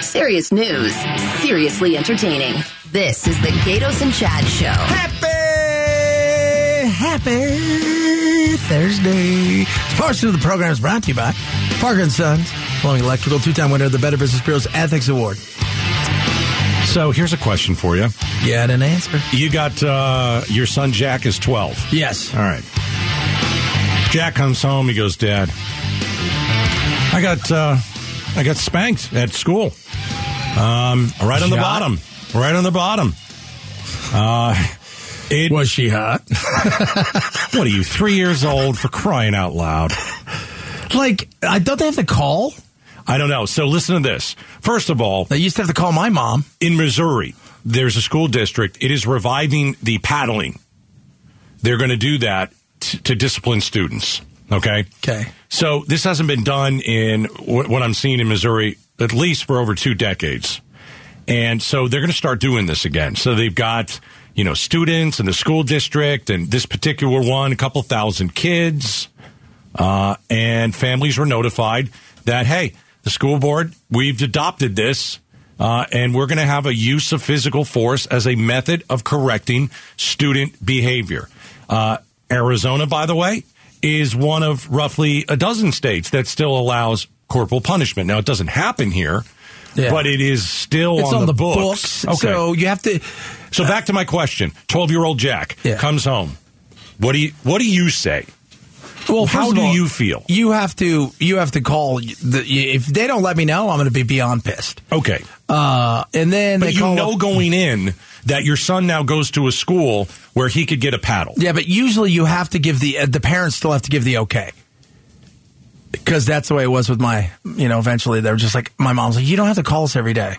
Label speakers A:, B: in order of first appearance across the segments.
A: Serious news, seriously entertaining. This is the Gatos and Chad Show.
B: Happy, happy Thursday. This portion of the program is brought to you by Parker and Sons, Long Electrical, two-time winner of the Better Business Bureau's Ethics Award.
C: So here's a question for you.
B: Get an answer.
C: You got uh, your son Jack is 12.
B: Yes.
C: All right. Jack comes home. He goes, Dad, I got uh, I got spanked at school. Um, right on the
B: Shot?
C: bottom. Right on the bottom. Uh, it,
B: Was she hot?
C: what are you, three years old for crying out loud?
B: like, I don't they have to call?
C: I don't know. So listen to this. First of all,
B: They used to have to call my mom.
C: in Missouri, there's a school district. It is reviving the paddling. They're going to do that t- to discipline students. Okay.
B: Okay.
C: So this hasn't been done in wh- what I'm seeing in Missouri at least for over two decades. And so they're going to start doing this again. So they've got, you know, students and the school district and this particular one, a couple thousand kids. Uh, and families were notified that, hey, the school board, we've adopted this. Uh, and we're going to have a use of physical force as a method of correcting student behavior. Uh, Arizona, by the way, is one of roughly a dozen states that still allows corporal punishment. Now, it doesn't happen here,
B: Yeah.
C: but it is still
B: It's
C: on, the, books. Okay. So,
B: So you have to.
C: back to my question: twelve-year-old Jack
B: Yeah.
C: comes home. What do you What do you say?
B: Well,
C: How
B: first of
C: do
B: all,
C: you feel?
B: You have to. You have to call. The, if they don't let me know, I'm going to be beyond pissed.
C: Okay,
B: Uh, and then
C: but
B: they
C: you
B: call
C: know
B: up-
C: going in that your son now goes to a school where he could get a paddle.
B: Yeah, but usually you have to give the uh, the parents still have to give the okay. Because that's the way it was with my, you know, eventually they were just like, my mom's like, you don't have to call us every day.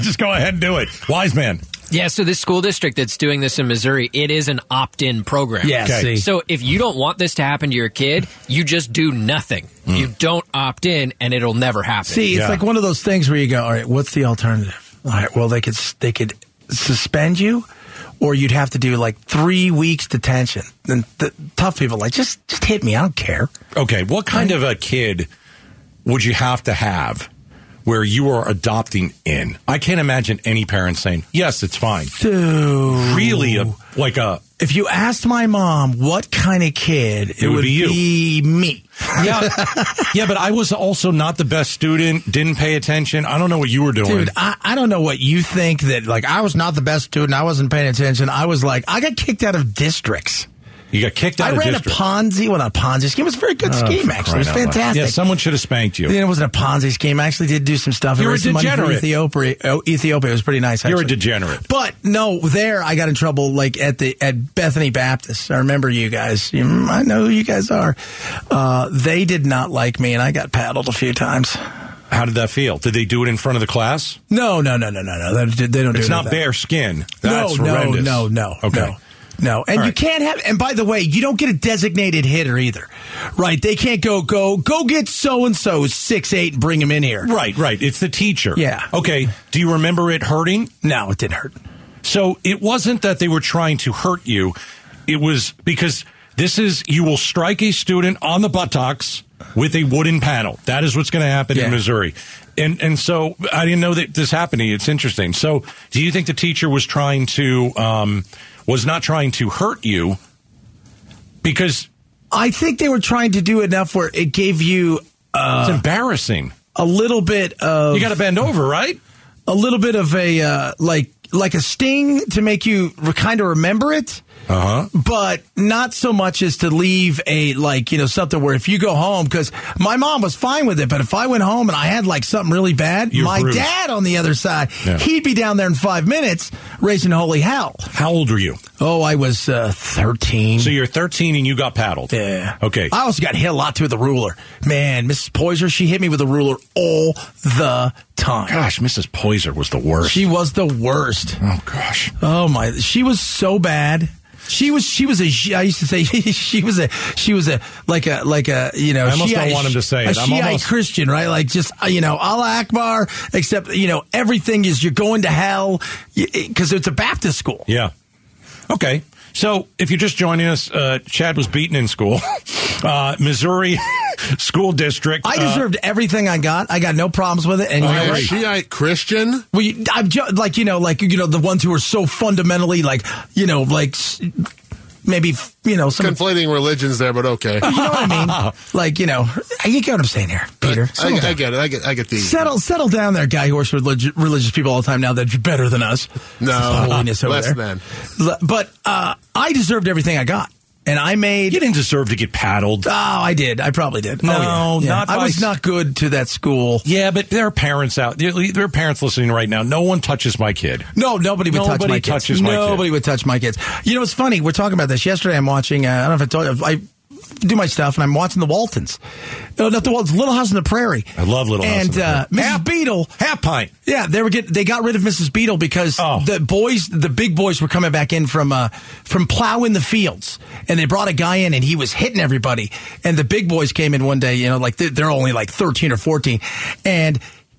C: Just go ahead and do it, wise man.
D: Yeah, so this school district that's doing this in Missouri, it is an opt-in program.
B: Yeah,
C: Okay. see.
D: So if you don't want this to happen to your kid, you just do nothing.
C: Mm.
D: You don't opt in, and it'll never happen.
B: See, it's
C: Yeah.
B: like one of those things where you go, all right, what's the alternative? All right, well, they could, they could suspend you or you'd have to do like three weeks detention. And the tough people are like, just, just hit me. I don't care.
C: Okay, what kind of a kid would you have to have where you are adopting in? I can't imagine any parent saying, "Yes, it's fine."
B: Dude.
C: Really, a, like a
B: If you asked my mom what kind of kid, it,
C: would
B: would
C: be you.
B: be me.
C: yeah, yeah, but I was also not the best student. Didn't pay attention. I don't know what you were doing.
B: Dude, I, I don't know what you think that like I was not the best student. I wasn't paying attention. I was like I got kicked out of districts.
C: you got kicked out
B: I
C: of
B: ran
C: district. Oh,
B: a Ponzi. Well, not a Ponzi scheme. It was a very good scheme actually. It was
C: Crying out loud.
B: fantastic.
C: Yeah, someone should have spanked you.
B: Then it wasn't a Ponzi scheme. I actually did do some stuff. I
C: You're a
B: raised some money for
C: degenerate.
B: Ethiopia. Oh, Ethiopia It was pretty nice. Actually.
C: You're a degenerate.
B: But no, there I got in trouble. Like at the at Bethany Baptist, I remember you guys. You- mm, I know who you guys are. Uh, they did not like me, and I got paddled a few times.
C: How did that feel? Did they do it in front of the class?
B: No, no, no, no, no, no. They, they don't. do
C: It's
B: any of
C: not
B: that.
C: bare skin. That's
B: no,
C: horrendous.
B: no, no, no,
C: Okay.
B: no, no. And
C: All
B: you
C: right.
B: can't have. And by the way, you don't get a designated hitter either, right? They can't go go go get so and so six eight and bring him in here.
C: Right, right. It's the teacher.
B: Yeah.
C: Okay. Do you remember it hurting?
B: No, it didn't hurt.
C: So it wasn't that they were trying to hurt you. It was because this is you will strike a student on the buttocks with a wooden paddle. That is what's going to happen
B: Yeah.
C: in Missouri. And and so I didn't know that this happened. to you. It's interesting. So do you think the teacher was trying to um, was not trying to hurt you because
B: I think they were trying to do enough where it gave you
C: it's embarrassing.
B: a little bit Uh, of
C: You got to bend over, right?
B: a little bit of a uh, like like a sting to make you re- kind of remember it.
C: Uh huh.
B: but not so much as to leave a like you know something where if you go home because my mom was fine with it but if i went home and i had like something really bad
C: You're
B: my
C: bruised.
B: dad on the other side
C: Yeah.
B: he'd be down there in five minutes raising holy hell
C: How old were you?
B: oh i was uh, 13
C: So you're 13 and you got paddled.
B: yeah
C: Okay.
B: i also got hit a lot too with a ruler man mrs poyser she hit me with a ruler all the time
C: Gosh, Mrs. Poyser was the worst.
B: she was the worst
C: oh gosh.
B: Oh my! She was so bad. She was she was a I used to say she was a she was a like a like a you know
C: I almost
B: Shiite-
C: don't want him to say
B: a
C: it. I'm
B: Shiite
C: almost-
B: Christian right like just uh, you know Allah Akbar except you know everything is you're going to hell because it's a Baptist school
C: Yeah. Okay. So, if you're just joining us, uh, Chad was beaten in school. Uh, Missouri School District.
B: I
C: uh,
B: deserved everything I got. I got no problems with it. And you know
E: By a
B: what?
E: Shiite Christian?
B: Well, you, I'm ju- like you know, like you know, the ones who are so fundamentally like you know, like s- maybe you know, some.
E: Conflating religions there, but okay.
B: you know what I mean? Like you know, you get what I'm saying here,
C: Uh,
B: Peter.
E: I,
B: Settle
E: I
B: down.
E: get it. I get. I get the
B: Settle, settle down there, guy who works with relig- religious people all the time now that you're better than us.
E: No,
B: Holiness over
E: less
B: there.
E: than.
B: L- But uh, I deserved everything I got. And I made.
C: you didn't deserve to get paddled.
B: Oh, I did. I probably did.
C: No,
B: Oh, yeah. Yeah.
C: not
B: I
C: by
B: was
C: s-
B: not good to that school.
C: Yeah, but there are parents out there. There are parents listening right now. No one touches my kid.
B: No, nobody would touch
C: Nobody
B: my kids.
C: touches my kid.
B: nobody would touch my kids. You know, it's funny. We're talking about this yesterday. I'm watching. Uh, I don't know if I told you. I do my stuff, and I'm watching the Waltons. No, not the Waltons. Little House on the Prairie.
C: I love Little House
B: And
C: on the
B: uh, Mrs.
C: Prairie.
B: Beadle.
C: Half pint.
B: Yeah, they were get, they got rid of Mrs. Beadle because
C: Oh.
B: the boys, the big boys, were coming back in from uh, from plowing the fields, and they brought a guy in, and he was hitting everybody. And the big boys came in one day, you know, like they're, they're only like thirteen or fourteen, and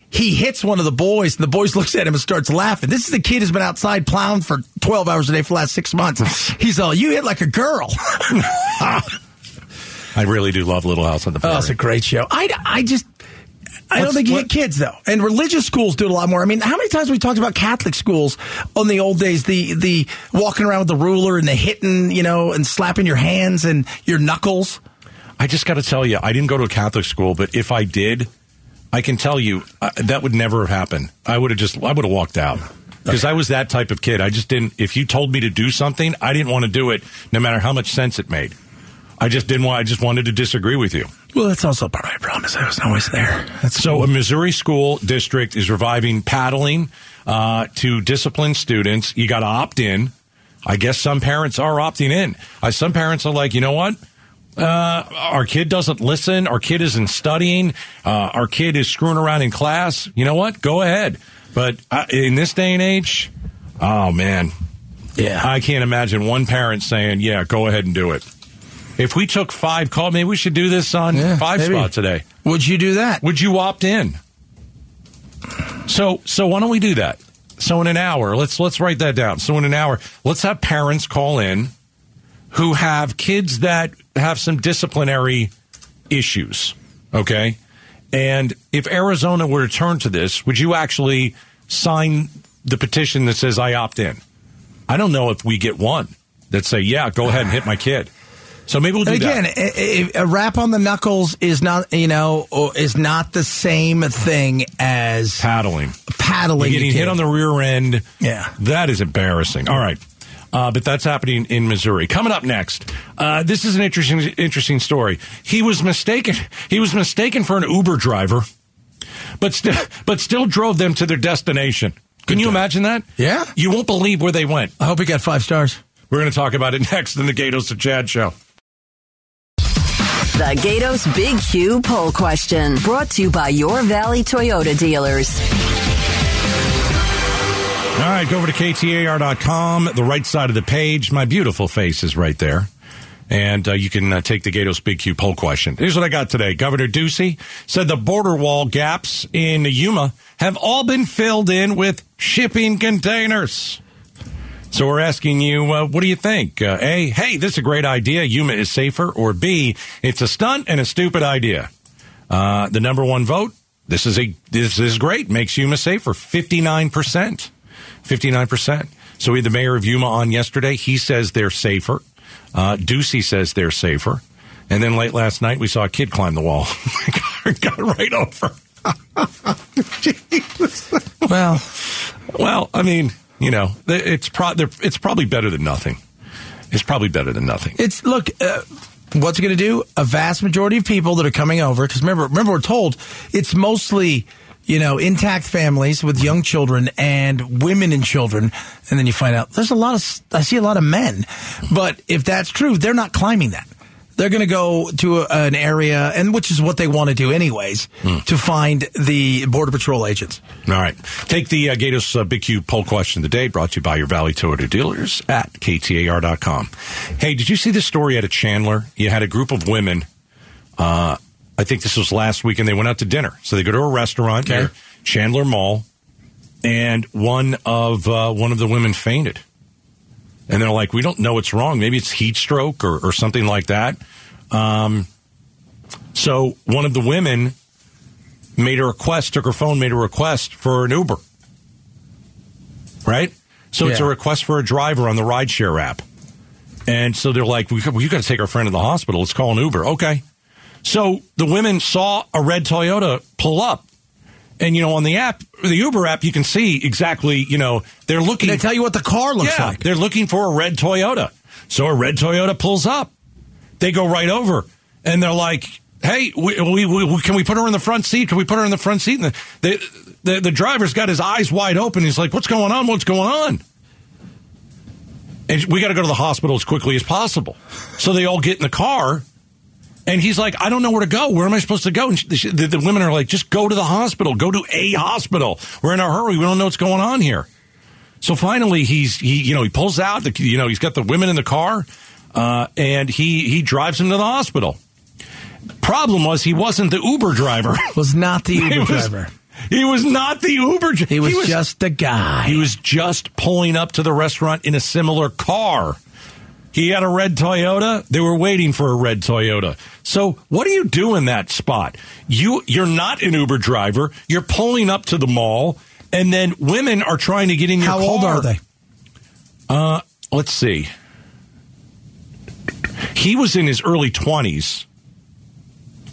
B: he hits one of the boys, and the boys looks at him and starts laughing. This is the kid who's been outside plowing for twelve hours a day for the last six months. He's all, "You hit like a girl."
C: I really do love Little House on the Prairie.
B: Oh, it's a great show. I, I just. I don't
C: What's-
B: think you
C: what-
B: get kids though, and religious schools do it a lot more. I mean, how many times we talked about Catholic schools on the old days? The the walking around with the ruler and the hitting, you know, and slapping your hands and your knuckles.
C: I just got to tell you, I didn't go to a Catholic school, but if I did, I can tell you uh, that would never have happened. I would have just, I would have walked out because I was that type of kid. I just didn't. If you told me to do something, I didn't want to do it, no matter how much sense it made. I just didn't want. I just wanted to disagree with you.
B: Well, that's also part of my promise. I was always there. That's
C: So, a Missouri school district is reviving paddling uh, to discipline students. You got to opt in. I guess some parents are opting in. Uh, some parents are like, you know what? Uh, our kid doesn't listen. Our kid isn't studying. Uh, our kid is screwing around in class. You know what? Go ahead. But uh, in this day and age, oh man,
B: yeah.
C: I can't imagine one parent saying, "Yeah, go ahead and do it." If we took five call, maybe we should do this on
B: Yeah,
C: five
B: maybe.
C: spot today
B: Would you do that?
C: would you opt in? So so why don't we do that? So in an hour, let's let's write that down. So in an hour, let's have parents call in who have kids that have some disciplinary issues, okay? And if Arizona were to turn to this, would you actually sign the petition that says I opt in? I don't know if we get one that say, "Yeah, go ahead and hit my kid." So maybe we'll do
B: And again,
C: that.
B: a, a a rap on the knuckles is not you know or is not the same thing as
C: Paddling.
B: paddling.
C: getting
B: a kid.
C: hit on the rear end.
B: Yeah.
C: That is embarrassing. All right. Uh, but that's happening in Missouri. Coming up next, uh, this is an interesting, interesting story. He was mistaken. He was mistaken for an Uber driver, but still, but still drove them to their destination. Can you imagine that?
B: Yeah.
C: You won't believe where they went.
B: I hope he got five stars.
C: We're going to talk about it next in the Gatos to Chad show.
A: The Gatos Big Q poll question brought to you by your Valley Toyota dealers.
C: All right, go over to ktar.com, the right side of the page. My beautiful face is right there. And uh, you can uh, take the Gatos Big Q poll question. Here's what I got today. Governor Ducey said the border wall gaps in Yuma have all been filled in with shipping containers. So we're asking you, uh, what do you think? Uh, a, hey, this is a great idea. Yuma is safer. Or B, it's a stunt and a stupid idea. Uh, the number one vote. This is a this is great. Makes Yuma safer. Fifty nine percent. Fifty nine percent. So we had the mayor of Yuma on yesterday. He says they're safer. Uh, Ducey says they're safer. And then late last night, we saw a kid climb the wall. Got right over.
B: Well.
C: Well, I mean, you know, th- it's pro- they're- it's probably better than nothing. It's probably better than nothing.
B: It's look. Uh, what's it going to do? A vast majority of people that are coming over, because remember, remember, we're told it's mostly you know intact families with young children and women and children, and then you find out there's a lot of s- I see a lot of men, but if that's true, they're not climbing that. They're going to go to a, an area, and which is what they want to do anyways, to find the border patrol agents.
C: All right. Take the uh, Gatos uh, Big Q poll question today, brought to you by your Valley Toyota dealers at ktar.com. Hey, did you see this story out of Chandler? You had a group of women. Uh, I think this was last week, and they went out to dinner. So they go to a restaurant
B: Okay.
C: near Chandler Mall, and one of uh, one of the women fainted. and they're like, we don't know what's wrong. Maybe it's heat stroke or, or something like that. Um, so one of the women made a request, took her phone, made a request for an Uber. Right? So it's a
B: Yeah.
C: request for a driver on the rideshare app. And so they're like, we, we got to take our friend to the hospital. Let's call an Uber. Okay. So the women saw a red Toyota pull up. And, you know, on the app, the Uber app, you can see exactly, you know, they're looking.
B: They tell you what the car looks
C: Yeah,
B: like.
C: They're looking for a red Toyota. So a red Toyota pulls up. They go right over and they're like, "Hey, we, we, we, can we put her in the front seat? Can we put her in the front seat?" And the, the the driver's got his eyes wide open. He's like, "What's going on? What's going on?" And we got to go to the hospital as quickly as possible. So they all get in the car. And he's like, I don't know where to go. Where am I supposed to go? And she, the, the women are like, just go to the hospital. Go to a hospital. We're in a hurry. We don't know what's going on here. So finally, he's he you know he pulls out the you know he's got the women in the car, uh, and he he drives him to the hospital. Problem was he wasn't the Uber driver.
B: Was not the
C: he
B: Uber
C: was,
B: driver.
C: He was not the Uber. dri-
B: He was, just a guy.
C: he was just pulling up to the restaurant in a similar car. He had a red Toyota. They were waiting for a red Toyota. So what do you do in that spot? You you're not an Uber driver. You're pulling up to the mall, and then women are trying to get in your
B: How old
C: car.
B: are they?
C: Let's see. He was in his early twenties.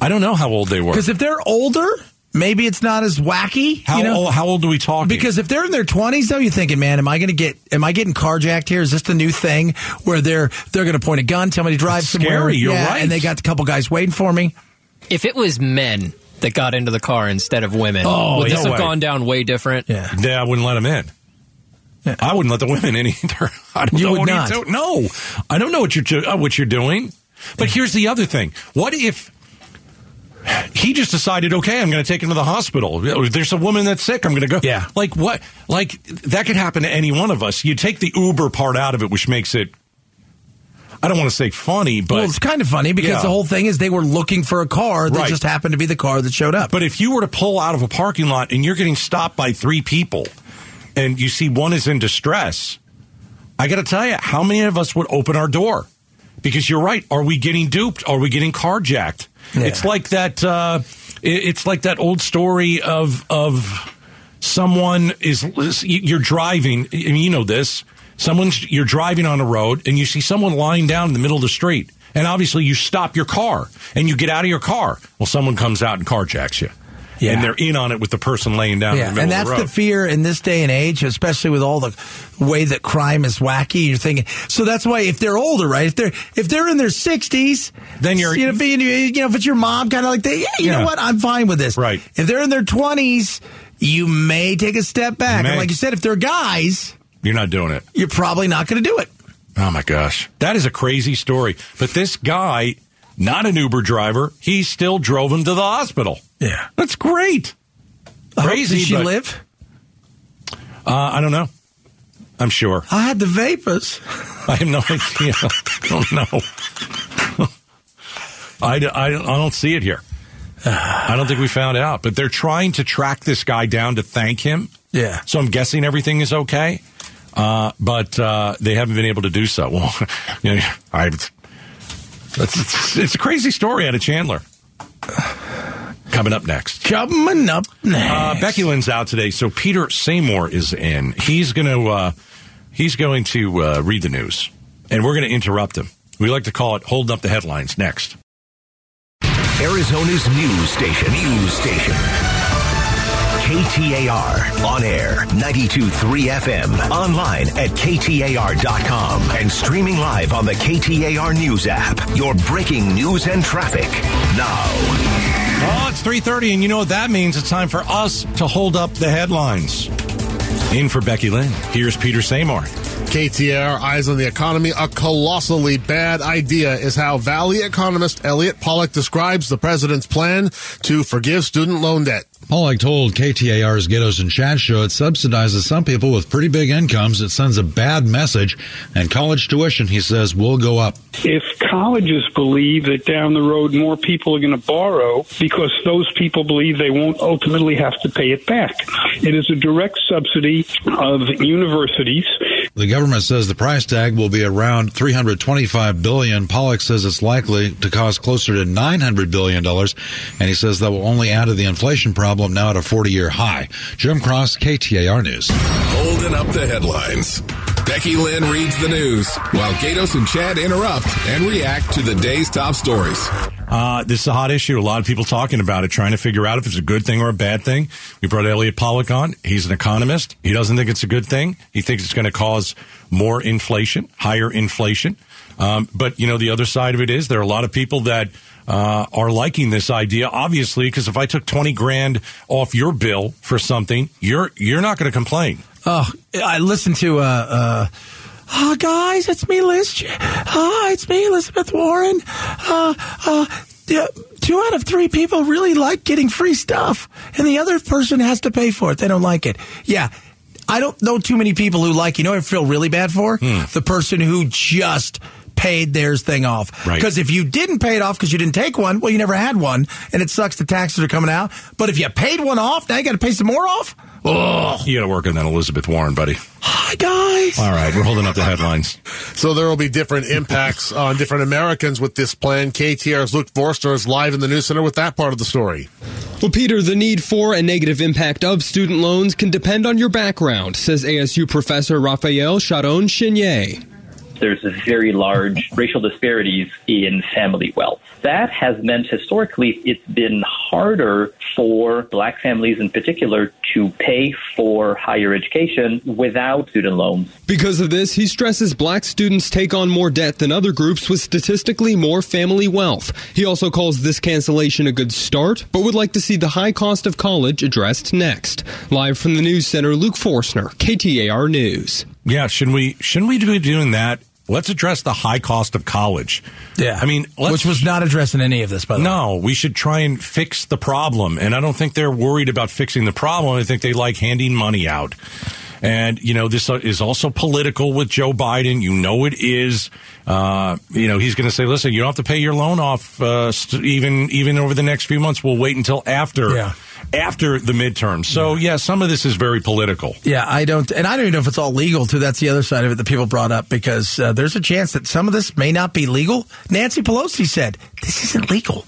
C: I don't know how old they were.
B: Because if they're older, maybe it's not as wacky.
C: How
B: you know?
C: old? How old are we talking?
B: Because if they're in their twenties, though, you're thinking, man, am I going to get? Am I getting carjacked here? Is this the new thing where they're they're going to point a gun, tell me to drive
C: It's
B: somewhere?
C: scary, you're
B: Yeah,
C: right.
B: And they got a couple guys waiting for me.
D: If it was men that got into the car instead of women,
C: Oh,
D: would this
C: no
D: have
C: way.
D: gone down way different?
B: Yeah.
C: yeah, I wouldn't let him in. I wouldn't let the women in either. I don't
B: You
C: know
B: would
C: what
B: not.
C: you do. No, I don't know what you're do- uh, what you're doing. But here's the other thing: what if he just decided, okay, I'm going to take him to the hospital. There's a woman that's sick. I'm going to go.
B: Yeah.
C: Like what? Like that could happen to any one of us. You take the Uber part out of it, which makes it. I don't want to say funny, but
B: well, it's kind of funny because
C: Yeah.
B: the whole thing is they were looking for a car that
C: Right.
B: just happened to be the car that showed up.
C: But if you were to pull out of a parking lot and you're getting stopped by three people and you see one is in distress, I got to tell you, how many of us would open our door? Because you're right. Are we getting duped? Are we getting carjacked?
B: Yeah.
C: It's like that. Uh, i- it's like that old story of of someone is you're driving. I mean, you know this. Someone's you're driving on a road and you see someone lying down in the middle of the street, and obviously you stop your car and you get out of your car. Well, someone comes out and carjacks you,
B: Yeah.
C: and they're in on it with the person laying down
B: yeah,
C: in the middle
B: and that's
C: of the
B: the,
C: road.
B: fear in this day and age, especially with all the way that crime is wacky. You're thinking, so that's why if they're older, right? If they're if they're in their sixties,
C: Then you're-
B: you know, if, you you know, if it's your mom, kind of like, they, yeah, you
C: Yeah.
B: know what, I'm fine with this,
C: Right.
B: If they're in their twenties, you may take a step back,
C: may.
B: and like you said, if they're guys,
C: you're not doing it.
B: you're probably not going to do it.
C: Oh my gosh. That is a crazy story. But this guy, not an Uber driver, he still drove him to the hospital.
B: Yeah,
C: That's great. Crazy,
B: Oh, Does she
C: but-
B: live?
C: Uh, I don't know. I'm sure.
B: I had the vapors.
C: I have no idea. I don't know. I, d- I, don't- I don't see it here. I don't think we found out. But they're trying to track this guy down to thank him.
B: Yeah.
C: So I'm guessing everything is okay. Uh, but uh, they haven't been able to do so. Well, you know, I, it's, it's, it's a crazy story out of Chandler. Coming up next.
B: Coming up
C: Uh,
B: next.
C: Becky Lynn's out today, so Peter Seymour is in. He's going to uh, he's going to uh, read the news, and we're going to interrupt him. We like to call it "holding up the headlines." Next,
F: Arizona's news station. News station. KTAR on air 923 FM online at ktar.com and streaming live on the KTAR news app. Your breaking news and traffic now.
C: oh, it's three thirty, and you know what that means? It's time for us to hold up the headlines. In for Becky Lynn. Here's Peter Seymour.
E: KTR eyes on the economy. A colossally bad idea is how Valley economist Elliot Pollack describes the president's plan to forgive student loan debt.
G: Pollack told KTAR's Ghettos and Chat show it subsidizes some people with pretty big incomes. It sends a bad message, and college tuition, he says, will go up.
H: if colleges believe that down the road more people are going to borrow because those people believe they won't ultimately have to pay it back. It is a direct subsidy of universities
G: The government says the price tag will be around 325 billion. Pollock says it's likely to cost closer to 900 billion dollars, and he says that will only add to the inflation problem now at a 40-year high. Jim Cross, KTAR News.
I: Holding up the headlines. Becky Lynn reads the news while Gatos and Chad interrupt and react to the day's top stories.
C: Uh, this is a hot issue. A lot of people talking about it, trying to figure out if it's a good thing or a bad thing. We brought Elliot Pollack on. He's an economist. He doesn't think it's a good thing. He thinks it's going to cause more inflation, higher inflation. Um, but you know, the other side of it is there are a lot of people that uh, are liking this idea. Obviously, because if I took twenty grand off your bill for something, you're you're not going to complain.
B: Oh, I listened to. Uh, uh, Oh, guys, it's me, Liz. Oh, it's me, Elizabeth Warren. Uh, uh, yeah, two out of three people really like getting free stuff, and the other person has to pay for it. They don't like it. Yeah, I don't know too many people who like. You know, what I feel really bad for the person who just paid theirs thing off.
C: Right.
B: Because if you didn't pay it off because you didn't take one, well, you never had one, and it sucks the taxes are coming out. But if you paid one off, now you got to pay some more off. Oh,
C: You got to work on that Elizabeth Warren, buddy.
B: hi guys.
C: All right, we're holding up the headlines.
E: So there will be different impacts on different Americans with this plan. KTR's Luke Forster is live in the news center with that part of the story.
J: Well, Peter, the need for and negative impact of student loans can depend on your background, says ASU professor Raphael Sharon Chenier.
K: there's very large racial disparities in family wealth. That has meant historically it's been harder for black families in particular to pay for higher education without student loans.
J: Because of this, he stresses black students take on more debt than other groups with statistically more family wealth. He also calls this cancellation a good start, but would like to see the high cost of college addressed next. Live from the News Center, Luke Forstner, KTAR News.
C: Yeah, shouldn't we? Shouldn't we be doing that? Let's address the high cost of college. I mean, let's,
B: which was not addressing any of this, by the way.
C: no. We should try and fix the problem, and I don't think they're worried about fixing the problem. I think they like handing money out, and you know this is also political with Joe Biden. You know it is. Uh, you know he's going to say, "Listen, you don't have to pay your loan off uh, st- even even over the next few months. We'll wait until after
B: Yeah.
C: after the midterm." So yeah, some of this is very political.
B: Yeah, I don't, and I don't even know if it's all legal too. That's the other side of it that people brought up because uh, there's a chance that some of this may not be legal. Nancy Pelosi said this isn't legal,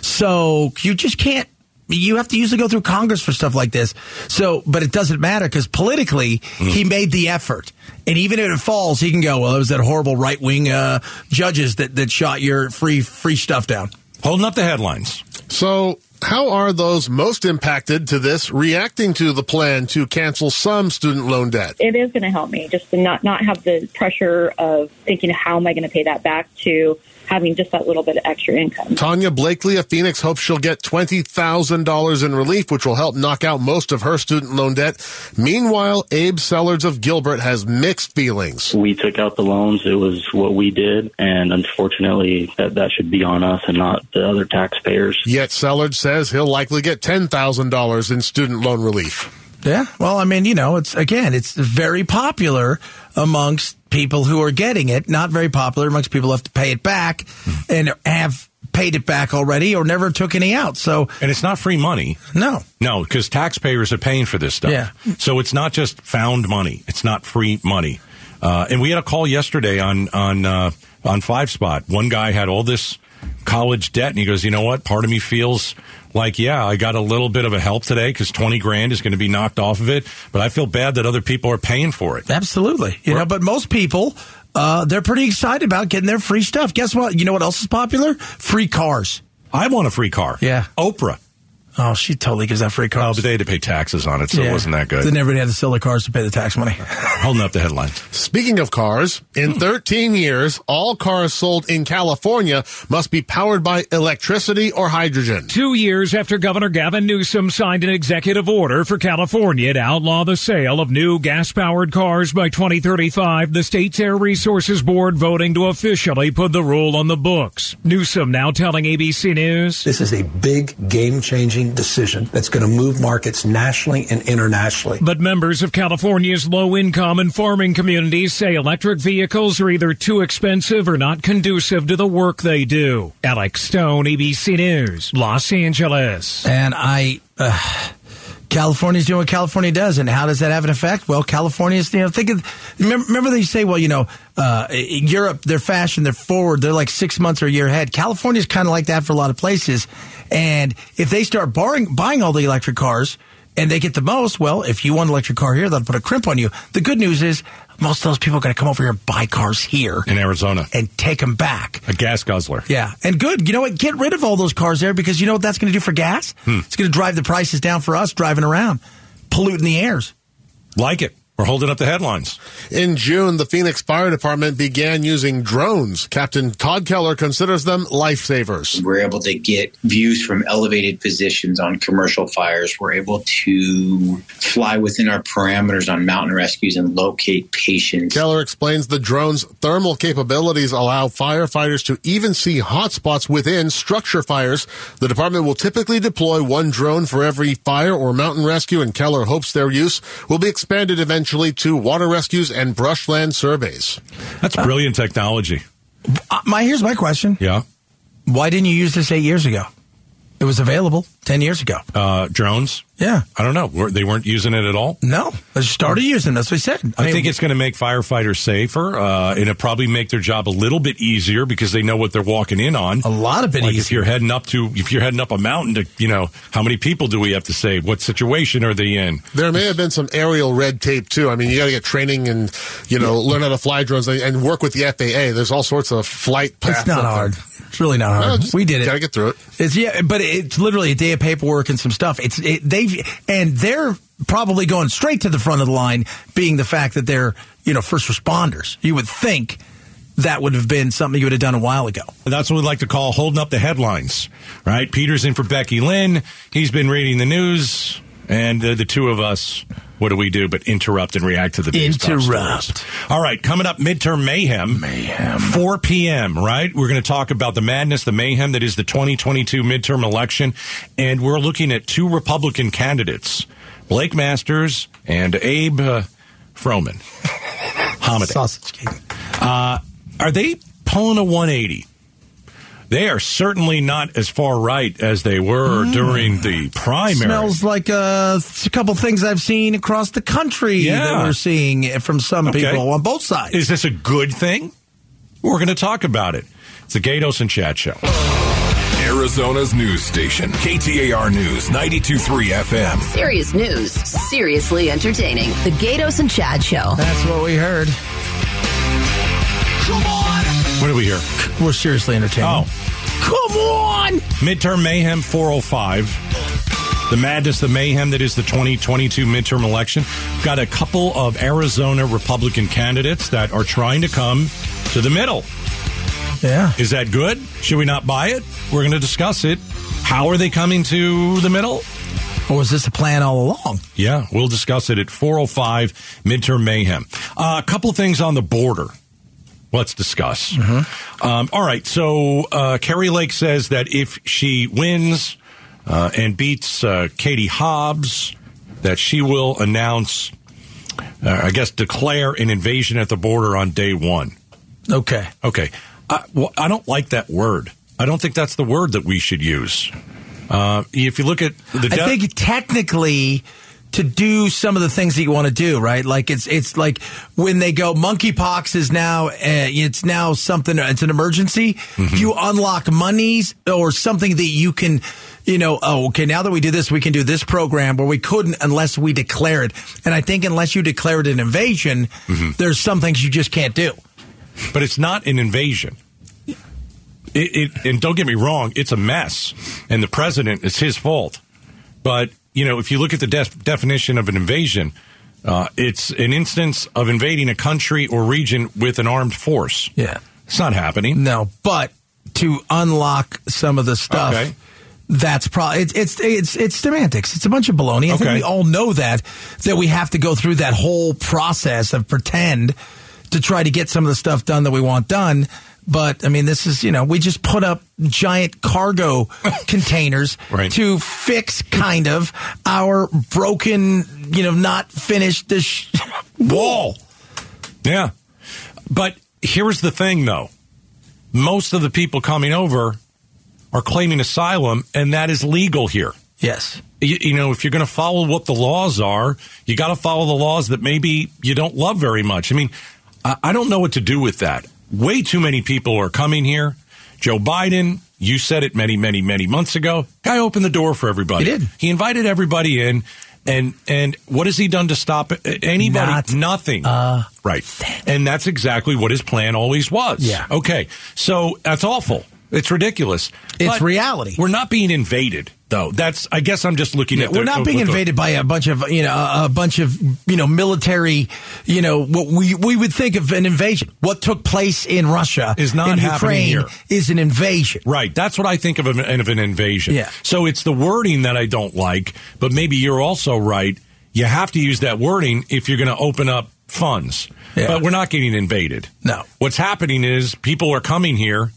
B: so you just can't. You have to usually go through Congress for stuff like this. So, but it doesn't matter because politically,
C: Mm.
B: he made the effort, and even if it falls, he can go. Well, it was that horrible right wing uh, judges that that shot your free free stuff down.
C: Holding up the headlines.
E: So, how are those most impacted to this reacting to the plan to cancel some student loan debt?
L: it is going to help me just to not not have the pressure of thinking how am I going to pay that back to having just that little bit of extra income.
E: Tanya Blakely of Phoenix hopes she'll get $20,000 in relief, which will help knock out most of her student loan debt. Meanwhile, Abe Sellards of Gilbert has mixed feelings.
K: We took out the loans, it was what we did, and unfortunately that, that should be on us and not the other taxpayers.
E: Yet Sellards says he'll likely get $10,000 in student loan relief.
B: Yeah. Well, I mean, you know, it's again, it's very popular amongst people who are getting it, not very popular amongst people who have to pay it back
C: Hmm.
B: and have paid it back already or never took any out. So,
C: And it's not free money.
B: no.
C: No, because taxpayers are paying for this stuff.
B: Yeah.
C: So it's not just found money. It's not free money. Uh, and we had a call yesterday on on uh, on Five Spot. One guy had all this college debt, and he goes, "You know what? Part of me feels like, yeah, I got a little bit of a help today because twenty grand is going to be knocked off of it, but I feel bad that other people are paying for it."
B: Absolutely. You know, but most people, uh, they're pretty excited about getting their free stuff. Guess what? You know what else is popular? Free cars.
C: I want a free car.
B: Yeah.
C: Oprah.
B: Oh, she totally gives out free
C: Oh,
B: cars.
C: but they had to pay taxes on it, so
B: Yeah.
C: it wasn't that good.
B: Then everybody had to sell their cars to pay the tax money.
C: Holding up the headlines.
E: Speaking of cars, in 13 years, all cars sold in California must be powered by electricity or hydrogen.
I: Two years after Governor Gavin Newsom signed an executive order for California to outlaw the sale of new gas powered cars by 2035, the state's Air Resources Board voting to officially put the rule on the books. Newsom now telling ABC News.
K: This is a big game changing decision that's going to move markets nationally and internationally.
I: But members of California's low income and farming communities say electric vehicles are either too expensive or not conducive to the work they do. Alex Stone, ABC News, Los Angeles.
B: and I, uh, California's doing what California does, and how does that have an effect? Well, California's you know think of remember, remember they say well you know uh, Europe they're fashion they're forward they're like six months or a year ahead. California's kind of like that for a lot of places, and if they start borrowing, buying all the electric cars and they get the most, well, if you want an electric car here, that'll put a crimp on you. The good news is most of those people are going to come over here and buy cars here
C: in Arizona
B: and take them back.
C: A gas guzzler.
B: Yeah, and good. You know what? Get rid of all those cars there because you know what that's going to do for gas?
C: Hmm.
B: It's going to drive the prices down for us driving around, polluting the airs.
C: Like it. We're holding up the headlines.
E: In June, the Phoenix Fire Department began using drones. Captain Todd Keller considers them lifesavers.
M: We're able to get views from elevated positions on commercial fires. We're able to fly within our parameters on mountain rescues and locate patients.
E: Keller explains the drone's thermal capabilities allow firefighters to even see hotspots within structure fires. The department will typically deploy one drone for every fire or mountain rescue, and Keller hopes their use will be expanded eventually to water rescues and brushland surveys.
C: That's brilliant technology.
B: Uh, my here's my question.
C: Yeah.
B: Why didn't you use this eight years ago? It was available ten years ago.
C: Uh, drones?
B: Yeah.
C: I don't know. Were- They weren't using it at all?
B: No, they started using. That's what he said.
C: I, think it's going to make firefighters safer. Uh, it'll probably make their job a little bit easier because they know what they're walking in on. A
B: lot of it.
C: Like if you're heading up to, if you're heading up a mountain to, you know, how many people do we have to save? What situation are they in?
E: There may have been some aerial red tape too. I mean, you got to get training and you know learn how to fly drones and, and work with the FAA. There's all sorts of flight paths.
B: It's not
E: and-
B: hard. It's really not
E: No,
B: hard.
E: just
B: we did it.
E: gotta get through it.
B: It's yeah, but it's literally a day of paperwork and some stuff. It's it, they've and they're probably going straight to the front of the line, being the fact that they're you know first responders. You would think that would have been something you would have done a while ago.
C: That's what we like to call holding up the headlines, right? Peter's in for Becky Lynn. He's been reading the news, and uh, the two of us, what do we do but interrupt and react to the news top
B: Interrupt.
C: stories? All right, coming up, midterm mayhem, mayhem, 4 p.m. Right, we're going to talk about the madness, the mayhem that is the 2022 midterm election, and we're looking at two Republican candidates, Blake Masters and Abe uh, Froman. Hamaday.
B: Sausage king.
C: Uh, are they pulling a 180? They are certainly not as far right as they were during the primary.
B: Smells like uh, a couple things I've seen across the country that
C: Yeah.
B: we're seeing from some
C: Okay.
B: people on both sides.
C: Is this a good thing? We're going to talk about it. It's the Gatos and Chad Show.
N: Arizona's news station, KTAR News 923 FM.
A: Serious news, seriously entertaining. The Gatos and Chad Show.
B: That's what we heard.
C: What do we hear?
B: We're seriously entertaining.
C: Oh.
B: Come on!
C: Midterm Mayhem 405. The madness, the mayhem that is the 2022 midterm election. Got a couple of Arizona Republican candidates that are trying to come to the middle.
B: Yeah.
C: Is that good? Should we not buy it? We're going to discuss it. How are they coming to the middle?
B: Or was this a plan all along?
C: Yeah, we'll discuss it at 405 Midterm Mayhem. Uh, a couple things on the border. Let's discuss. Um, all right. So uh, Carrie Lake says that if she wins uh, and beats uh, Katie Hobbs, that she will announce, uh, I guess, declare an invasion at the border on day one.
B: Okay.
C: Okay. I, well, I don't like that word. I don't think that's the word that we should use. Uh, if you look at the,
B: I think technically to do some of the things that you want to do, right? Like it's it's like when they go monkeypox is now uh, it's now something it's an emergency. You unlock monies or something that you can you know, oh, okay, now that we do this, we can do this program where we couldn't unless we declare it. And I think unless you declare it an invasion, there's some things you just can't do.
C: but it's not an invasion. It, it and don't get me wrong, it's a mess, and the president it's his fault. But you know, if you look at the def- definition of an invasion, uh, it's an instance of invading a country or region with an armed force.
B: Yeah.
C: It's not happening.
B: No, but to unlock some of the stuff.
C: Okay.
B: That's probably it's, it's it's it's semantics. It's a bunch of baloney. I think
C: Okay.
B: we all know that that we have to go through that whole process of pretend to try to get some of the stuff done that we want done. But I mean, this is you know we just put up giant cargo containers
C: Right.
B: to fix kind of our broken you know not finished this sh- wall.
C: Yeah. But here's the thing, though. Most of the people coming over are claiming asylum, and that is legal here.
B: Yes.
C: you, you know, if you're going to follow what the laws are, you got to follow the laws that maybe you don't love very much. I mean, I, I don't know what to do with that. Way too many people are coming here. Joe Biden, you said it many, many, many months ago. Guy opened the door for everybody. He did. He invited everybody in. And and what has he done to stop it- anybody?
B: Not
C: Nothing. right. And that's exactly what his plan always was.
B: Yeah.
C: Okay. So that's awful. It's ridiculous.
B: It's
C: But
B: reality.
C: We're not being invaded, though. That's. I guess I'm just looking
B: Yeah,
C: at. the-
B: we're not
C: the-
B: being
C: the-
B: invaded by a bunch of you know a a bunch of you know military you know what we we would think of an invasion. What took place in Russia
C: Is not
B: in
C: happening
B: Ukraine
C: here.
B: is an invasion.
C: Right. That's what I think of an, of an invasion.
B: Yeah.
C: So it's the wording that I don't like, but maybe you're also right. You have to use that wording if you're going to open up funds. But we're not getting invaded. No. What's happening is people are coming here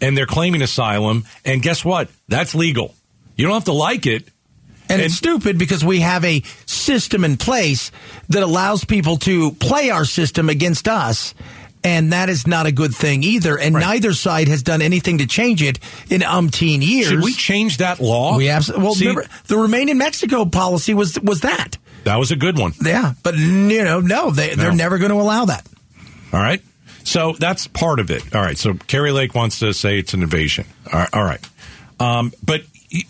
C: and they're claiming asylum. And guess what? That's legal. You don't have to like it.
B: And, it's stupid because we have a system in place that allows people to play our system against us. And that is not a good thing either. And neither side has done anything to change it in umpteen years.
C: Should we change that law?
B: We absolutely. Well,
C: See-
B: remember, the remain in Mexico policy was was that.
C: That was a good one.
B: Yeah, but you know, no, they, they're
C: No.
B: never going to allow that.
C: All right. So that's part of it. All right. So Carrie Lake wants to say it's an invasion. All right. All right. Um, but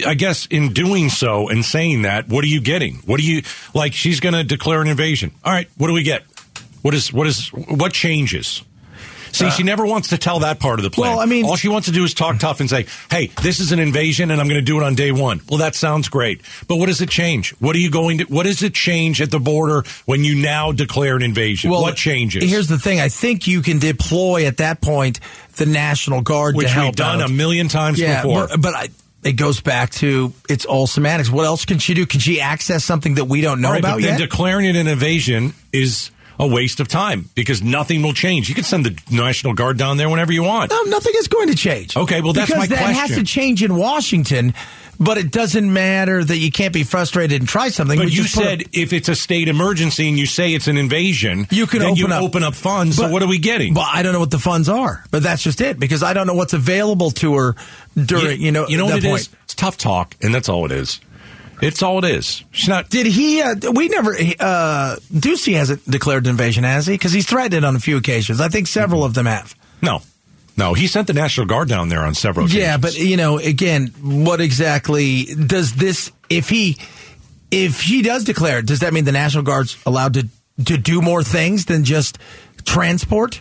C: I guess in doing so and saying that, what are you getting? What do you like? She's going to declare an invasion. All right. What do we get? What is what is what changes? See, she never wants to tell that part of the plan. Well, I mean, all she wants to do is talk tough and say, "Hey, this is an invasion, and I'm going to do it on day one." Well, that sounds great, but what does it change? What are you going to? What does it change at the border when you now declare an invasion? what changes?
B: Here's the thing: I think you can deploy at that point the National Guard
C: which
B: to help
C: we've done
B: out.
C: a million times
B: yeah,
C: before.
B: but, but I, it goes back to it's all semantics. What else can she do? Can she access something that we don't know
C: All right, but
B: about
C: then
B: yet?
C: declaring it an invasion is a waste of time because nothing will change. You can send the National Guard down there whenever you want.
B: no, nothing is going to change.
C: Okay, well that's
B: because
C: my
B: that
C: question.
B: has to change in Washington. But it doesn't matter that you can't be frustrated and try something.
C: but
B: We
C: you
B: just put a-
C: said if it's a state emergency and you say it's an invasion,
B: you can
C: then
B: open
C: you
B: up,
C: open up funds. so
B: But-
C: what are we getting?
B: Well, I don't know what the funds are, but that's just it because I don't know what's available to her during. You, know,
C: you know
B: that
C: what it
B: point.
C: is? It's tough talk, and that's all it is. It's all it is. She's not.
B: Did he? Uh, we never. Uh, Ducey hasn't declared an invasion, has he? Because he's threatened it on a few occasions. I think
C: Mm-hmm.
B: several of them have.
C: No, no. He sent the National Guard down there on several. occasions.
B: Yeah, but you know, again, what exactly does this? If he, if he does declare it, does that mean the National Guard's allowed to to do more things than just transport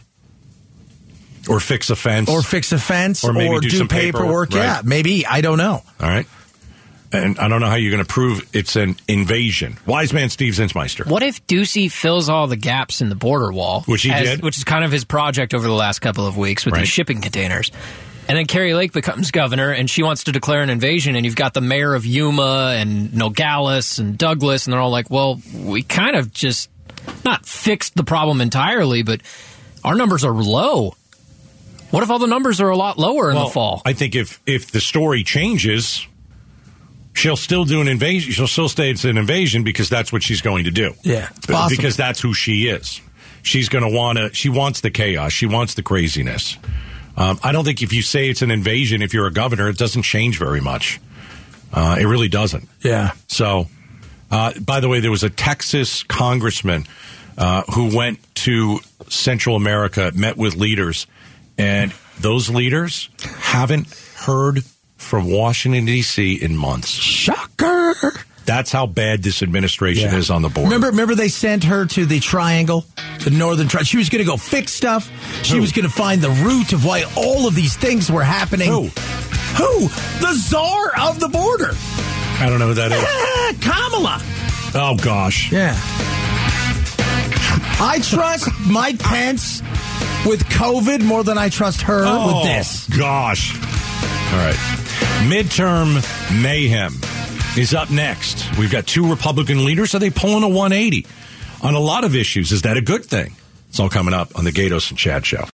C: or fix a fence
B: or fix a fence
C: Or maybe do
B: do,
C: some paper-
B: paperwork?
C: right.
B: Yeah, maybe I don't know.
C: All right. And I don't know how you're going to prove it's an invasion. Wise man Steve Zinsmeister.
D: What if Ducey fills all the gaps in the border wall,
C: Which he
D: as-
C: did.
D: which is kind of his project over the last couple of weeks with
C: Right.
D: these shipping containers? And then Carrie Lake becomes governor, and she wants to declare an invasion. And you've got the mayor of Yuma and Nogales and Douglas, and they're all like, "Well, we kind of just not fixed the problem entirely, but our numbers are low. What if all the numbers are a lot lower in
C: Well,
D: the fall?"
C: I think if if the story changes, she'll still do an invasion. She'll still say it's an invasion because that's what she's going to do.
B: Yeah, it's
C: B-
B: possible.
C: because that's who she is. She's going to want to. She wants the chaos. She wants the craziness. Um, I don't think if you say it's an invasion, if you're a governor, it doesn't change very much. Uh, it really doesn't.
B: Yeah.
C: So, uh, by the way, there was a Texas congressman uh, who went to Central America, met with leaders, and those leaders haven't heard from Washington, D.C. in months.
B: Shocker.
C: That's how bad this administration is on the board.
B: Remember, remember they sent her to the Triangle, the Northern Triangle. She was going to go fix stuff. She was going to find the root of why all of these things were happening. Who? Who? The czar of the border,
C: I don't know who that is.
B: Kamala.
C: Oh, gosh.
B: Yeah. I trust Mike Pence with COVID more than I trust her
C: Oh,
B: with this.
C: Gosh. All right. Midterm mayhem is up next. We've got two Republican leaders. Are they pulling a 180 on a lot of issues? Is that a good thing? It's all coming up on the Gatos and Chad show.